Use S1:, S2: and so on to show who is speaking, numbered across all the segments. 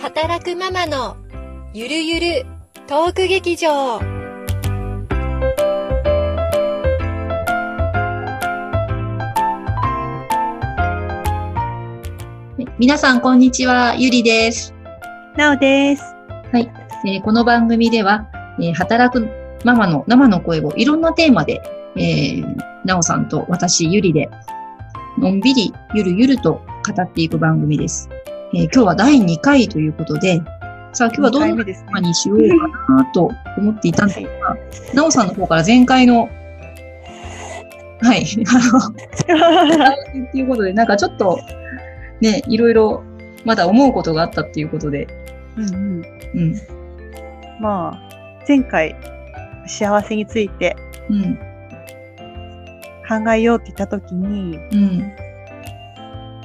S1: 働くママのゆるゆるトーク劇場
S2: 皆さん、こんにちは。ゆりです。
S3: なおです。
S2: えーこの番組では、えー働くママの生の声をいろんなテーマで、えーなおさんと私、ゆりで、のんびり、ゆるゆると語っていく番組です。えー今日は第2回ということで、さあ、今日はどんな
S3: 二回目です
S2: テーマにしようかなと思っていたんですが、なおさんの方から前回の、はい、あの、
S3: ね。
S2: っていうことで、なんかちょっと、ね、いろいろ、まだ思うことがあったっていうことで、
S3: うんうん。
S2: うん。
S3: まあ、前回、幸せについて
S2: うん。
S3: 考えようって言ったときに、
S2: うん。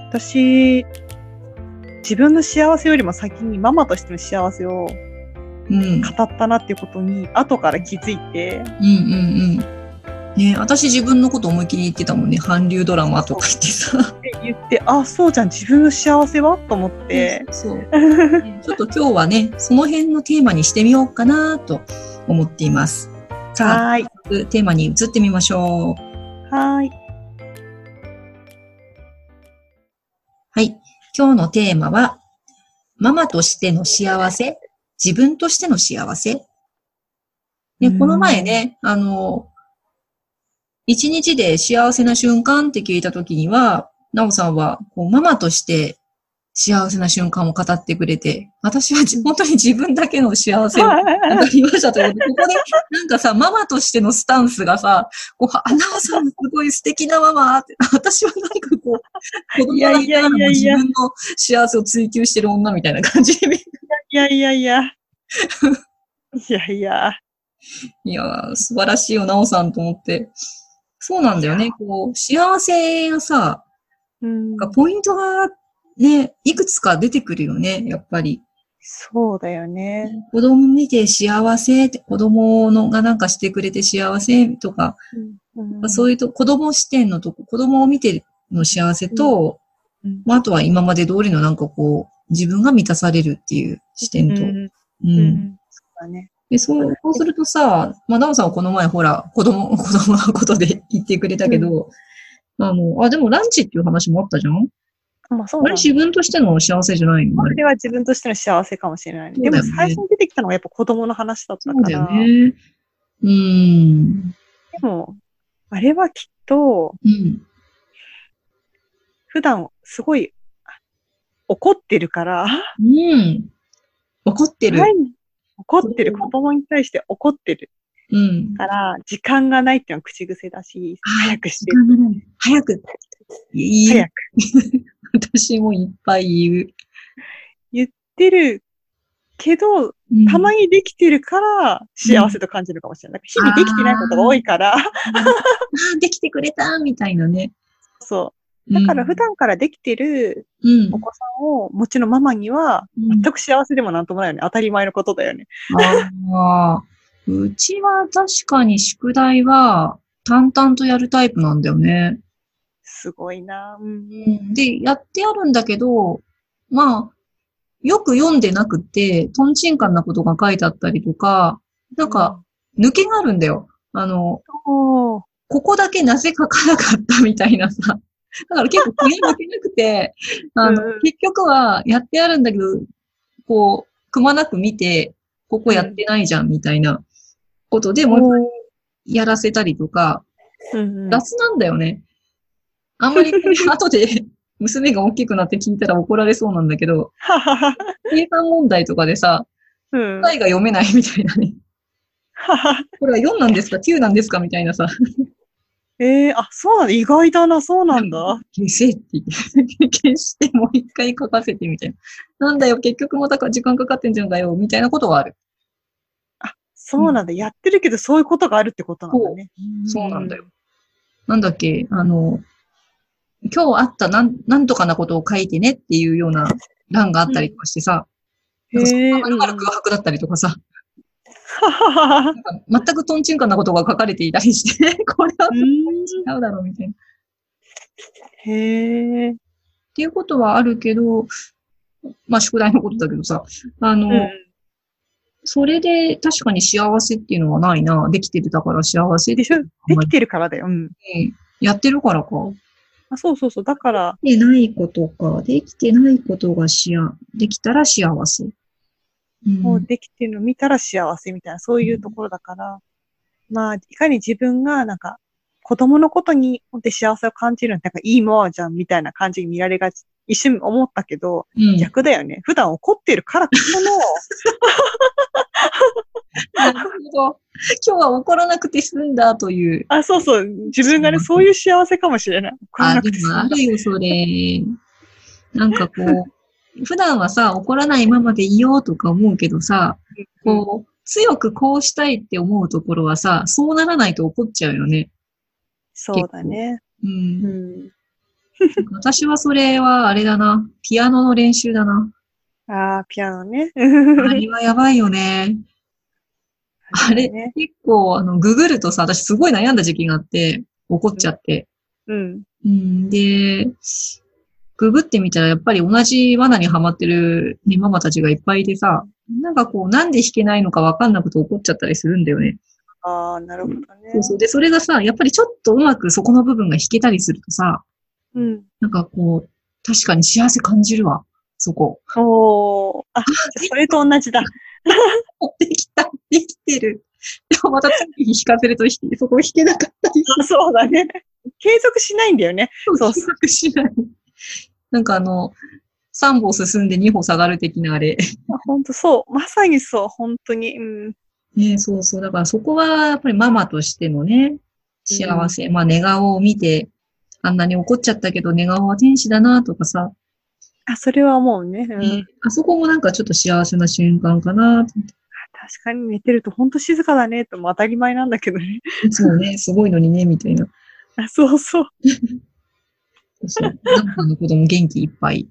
S3: 私、自分の幸せよりも先にママとしての幸せを
S2: うん。
S3: 語ったなっていうことに、後から気づいて、
S2: うん。うん。ね私自分のこと思いっきり言ってたもんね。韓流ドラマとか言ってさ。
S3: で言って、あ、そうじゃん、自分の幸せはと思って、
S2: そう。ねちょっと今日はね、その辺のテーマにしてみようかなと思っています。さあ、
S3: はーい。
S2: テーマに移ってみましょう。
S3: はーい。
S2: はい。今日のテーマは、ママとしての幸せ、自分としての幸せ。ね、
S3: うん
S2: この前ね、あの、一日で幸せな瞬間って聞いたときには、なおさんはこうママとして幸せな瞬間を語ってくれて、私はじ本当に自分だけの幸せを語りましたということで、ここでなんかさ、ママとしてのスタンスがさ、こう、あ、なおさんすごい素敵なママって、私はなんかこう、子供
S3: いや
S2: がい
S3: いや
S2: ないがらも
S3: やい
S2: 自
S3: や
S2: 分の幸せを追求してる女みたいな感じで。
S3: いやいやいや。いやいや。
S2: いやー、素晴らしいよ、なおさんと思って。そうなんだよね。こう、幸せがさ、
S3: うん
S2: なんかポイントがね、いくつか出てくるよね、やっぱり。
S3: そうだよね。
S2: 子供見て幸せって、子供のがなんかしてくれて幸せとか、
S3: うん
S2: そういうと、子供視点のとこ、子供を見ての幸せと、
S3: うんうん
S2: まあ、あとは今まで通りのなんかこう、自分が満たされるっていう視点と。
S3: うん
S2: う
S3: うんんそうだね。
S2: で、そう、そうするとさ、まあ、なおさんはこの前、ほら、子供、 子供のことで言ってくれたけど、あの、あ、でもランチっていう話もあったじゃん
S3: まあそう
S2: あ
S3: だ
S2: れ
S3: ね。
S2: 自分としての幸せじゃないの
S3: こ
S2: あれ
S3: れは自分としての幸せかもしれない、
S2: そうだ
S3: で
S2: よね
S3: も最初に出てきたのがやっぱ子供の話だっ
S2: そ
S3: た
S2: う
S3: か
S2: だよ
S3: ら。
S2: ね。うーん。
S3: でも、あれはきっと、
S2: うん。
S3: 普段すごいあ怒ってるから、
S2: うん。怒ってる。
S3: 前に怒ってる、子供に対して怒ってる
S2: うん。
S3: から、時間がないっていうのは口癖だし、早くして、
S2: 時間がない早く。言
S3: 早
S2: う。
S3: く。
S2: 私もいっぱい言
S3: 出るけど、
S2: う。うん
S3: たまにできてるから幸せと感じるかもしれない。日々できてないことが多いから、
S2: あーできてくれたみたいなね。
S3: そ
S2: うん
S3: う。だから普、段からできてる
S2: うん
S3: お。子さんを、もちろんママには、
S2: うん
S3: 全く幸せでもなんともないよね。当たり前のことだよね。
S2: ああ、うちは確かに宿題は淡々とやるタイプなんだよね。
S3: すごいなうん
S2: うん、で、やってあるんだけど、まあ、よく読んでなくて、トンチンカンなことが書いてあったりとか、なんか、、抜けがあるんだよ。あの、
S3: おー
S2: ここだけなぜ書かなかったみたいなさ。 だから結構気が抜けなく て、あの、
S3: うんうん
S2: 結局はやってあるんだけど、こう、くまなく見て、ここやってないじゃんみたいなことでもう一回やらせたりとか、
S3: うんうん
S2: 雑なんだよね。あ んまり後で娘が大きくなって聞いたら怒られそうなんだけど、
S3: ははは
S2: 計算問題とかでさ、
S3: うん
S2: 答えが読めないみたいなね。
S3: はは
S2: これは4なんですか ?9 なんですかみたいなさ。
S3: えー、あ、そうなんだ。意外だな、そうなんだ。
S2: 消せって言って、消してもう一回書かせてみたいな。なんだよ、結局また時間かかってんじゃんだよ、みたいなことはある。
S3: そうなんだ。やってるけど、そういうことがあるってことなんだね。
S2: そうなんだよ。なんだっけ、あの、今日あったなん、なんとかなことを書いてねっていうような欄があったりとかしてさ、
S3: へ
S2: なんかそこ
S3: え。
S2: が空白だったりとかさ、
S3: ははは
S2: なんか全くトンチンカンなことが書かれていたり して、これは
S3: うん
S2: 違うだろうみたいな。っ
S3: へえ。
S2: ていうことはあるけど、まあ宿題のことだけどさ、あの、
S3: うん。
S2: それで確かに幸せっていうのはないな。できてるだから幸せって
S3: でしょできてるからだよ。うん。
S2: やってるからか。
S3: あそうそうそう。だから、
S2: できてないことか。できてないことがしあ、できたら幸せ。うん
S3: もうできてるの見たら幸せみたいな、そういうところだから、まあ、いかに自分が、なんか、子供のことによって幸せを感じるのってなんかいいもんじゃんみたいな感じに見られがち、一瞬思ったけど、
S2: うん
S3: 逆だよね。普段怒ってるからこ その、
S2: なるほど。今日は怒らなくて済んだという。
S3: あ、そうそう、自分がね、
S2: そう
S3: そういう幸せかもしれない。怒ら
S2: あ、
S3: なく
S2: で
S3: て済
S2: もあ
S3: んだ
S2: るよ、それ。なんかこう、 普段はさ、怒らないままでいようとか思うけどさ、こう、強くこうしたいって思うところはさ、そうならないと怒っちゃうよね。
S3: そうだね。
S2: うん
S3: う。ん。
S2: 私はそれはあれだな。ピアノの練習だな。
S3: ああ、ピアノね。
S2: あれはやばいよね。あ れ
S3: ね。
S2: 結構、あの、ググるとさ、私すごい悩んだ時期があって、怒っちゃって。
S3: うん。
S2: うん、で、ググってみたらやっぱり同じ罠にはまってる、ね、ママたちがいっぱいいてさ、なんかこう、なんで弾けないのかわかんなくて怒っちゃったりするんだよね。
S3: ああ、なるほどね
S2: そう。そう。で、それがさ、やっぱりちょっとうまくそこの部分が弾けたりするとさ、
S3: うん。
S2: なんかこう、確かに幸せ感じるわ、そこ。
S3: おー。あ、じゃあそれと同じだ。
S2: できた、できてる。でもまた次に弾かせると弾けそこ弾けなかったり、
S3: あ そうだね。継続しないんだよね。
S2: そうそう、しない。なんかあの、3歩進んで2歩下がる的なあれ。
S3: 本当そう。まさにそう。本当に。うん。
S2: ねそうそう。だからそこはやっぱりママとしてのね、幸せ。まあ寝顔を見て、あんなに怒っちゃったけど寝顔は天使だなとかさ、
S3: あ、それはもうね。うん。
S2: ねあそこもなんかちょっと幸せな瞬間かなと思って
S3: 確かに寝てると本当静かだね。とも当たり前なんだけどね。
S2: いつもね、すごいのにね、みたいな。
S3: あ、そうそう。
S2: そうそう。なんかの子供元気いっぱい。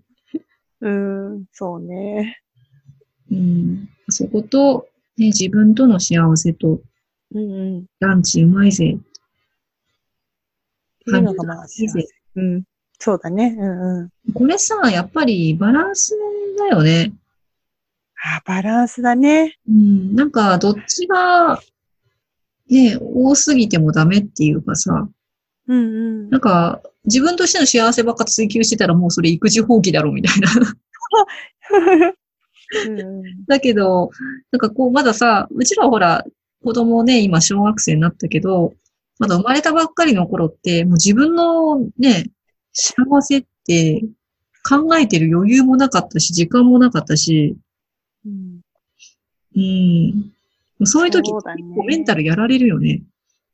S3: うん。そうね。
S2: うん。そこと、ね、自分との幸せと、
S3: うんうん。
S2: ランチうまいぜ。
S3: っていうのがまあ幸せ
S2: ぜ。
S3: うん。そうだね。うんうん。
S2: これさ、やっぱりバランスだよね。
S3: あ、バランスだね。
S2: うん。なんか、どっちが、ね、多すぎてもダメっていうかさ、
S3: うんうん
S2: な。んか、自分としての幸せばっか追求してたらもうそれ育児放棄だろみたいな。
S3: うんうん
S2: だけど、なんかこう、まださ、うちらはほら、子供ね、今小学生になったけど、まだ生まれたばっかりの頃って、もう自分のね、幸せって考えてる余裕もなかったし、時間もなかったし、
S3: うん。
S2: うん。そういう時
S3: そう
S2: 結
S3: だね
S2: 構メンタルやられるよね。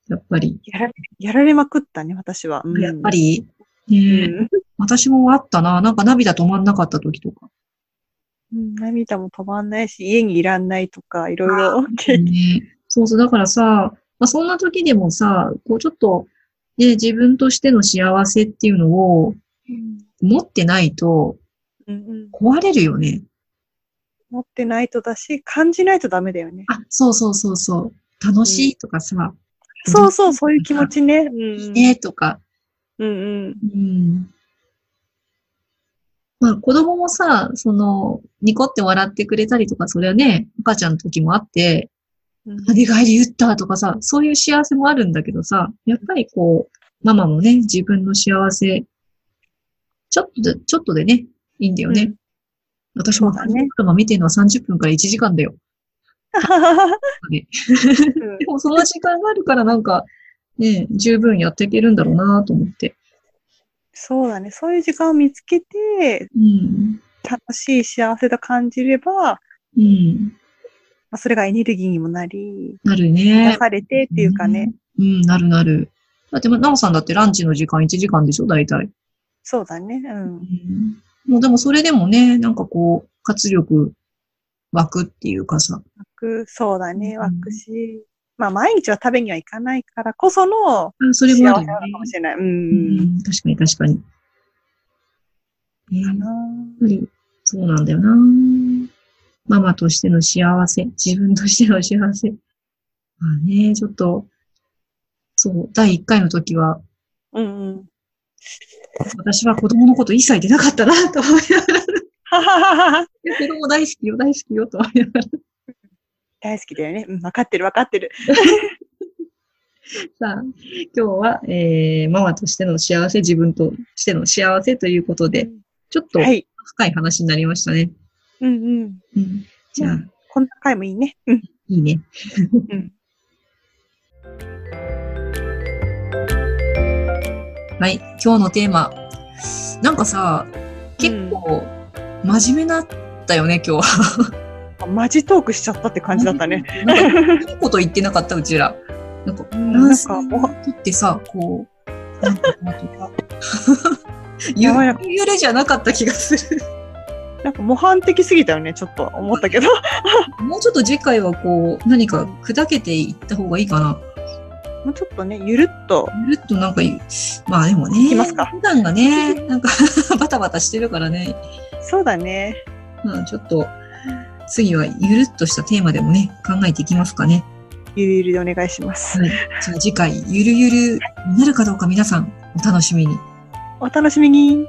S2: やっぱり。
S3: やられ、やられまくったね、私は。うん
S2: やっぱ。り、ねえ
S3: うん
S2: 私もあったな。なんか涙止まんなかった時とか。
S3: うん、涙も止まんないし、家にいらんないとか、いろいろ経験。
S2: ね、そうそう、だからさ、まあ、そんな時でもさ、こうちょっと、ね、自分としての幸せっていうのを持ってないと
S3: うんうん
S2: 壊れるよね。
S3: 持ってないとだし、感じないとダメだよね。
S2: あ、そうそうそうそう。楽しいとかさ、
S3: そうそう、そういう気持ちね。うん
S2: いい
S3: うん。
S2: ねとか。
S3: うんうん。
S2: うん。まあ子供もさ、その、ニコって笑ってくれたりとか、それはね、赤ちゃんの時もあって、
S3: うん
S2: 跳ね返り言ったとかさ、そういう幸せもあるんだけどさ、やっぱりこう、ママもね、自分の幸せ、ちょっとで、ちょっとでね、いいんだよね。
S3: うん
S2: 私も
S3: そうだ
S2: 30
S3: ね
S2: 分見てるのは30分から1時間だよ。でもその時間があるからなんか、ね、十分やっていけるんだろうなと思って。
S3: そうだね。そういう時間を見つけて、
S2: うん。
S3: 楽しい幸せと感じれば、ま
S2: うん。
S3: あ、それがエネルギーにもなり、
S2: なる
S3: 出
S2: ね。
S3: されてっていうかね。
S2: うん。うん、なるなる。だって、なおさんだってランチの時間1時間でしょ、大体。
S3: そうだね。うん。
S2: もうでもそれでもね、なんかこう、活力湧くっていうかさ。
S3: 湧く、そうだ
S2: う
S3: ね、
S2: ん
S3: 湧くし。まあ、毎日は食べには行かないからこその
S2: あそ
S3: 幸
S2: れ
S3: せ
S2: も
S3: な
S2: あるよ
S3: の
S2: ね
S3: かもしれない。う。
S2: うんん、確かに確かに。ね
S3: か
S2: やっ
S3: な
S2: ぱり、そうなんだよな。ママとしての幸せ、自分としての幸せ。まあね、ちょっと、そう、第1回の時は、
S3: うんうん。
S2: 私は子供のこと一切出なかったな、と思いながら。
S3: は
S2: 子供大好きよ、大好きよ、とは言いながら
S3: 大好きだよね。うん、わかってるわかってる。
S2: さあ、今日は、えー、ママとしての幸せ、自分としての幸せということで、ちょっと
S3: はい。
S2: 深い話になりましたね。
S3: うんうん。
S2: うん、じゃあ、
S3: こんな回もいいね。うん。
S2: いいね。
S3: うん
S2: はい、今日のテーマ。なんかさ、結構、真面目だったよね、今日は。
S3: あマジトークしちゃったって感じだったね。。
S2: なんか、いいこと言ってなかった、うちら。なんか、
S3: うん
S2: 男性
S3: なんか
S2: の時ってさ、こう、なんか、なんていう かゆ
S3: やばいな
S2: ゆるじゃなかった気がする。
S3: なんか模範的すぎたよね、ちょっと思った けど。
S2: もうちょっと次回はこう、何か砕けていった方がいいかな。
S3: もうちょっとね、ゆるっと。
S2: ゆるっとなんか言う、まあでもね、
S3: きますか
S2: 普段がね、なんか バタバタしてるからね、
S3: そうだね。
S2: まあちょっと、次はゆるっとしたテーマでもね、考えていきますかね。
S3: ゆるゆるでお願いします。
S2: はい。じゃあ次回、ゆるゆるになるかどうか皆さん、お楽しみに。
S3: お楽しみに。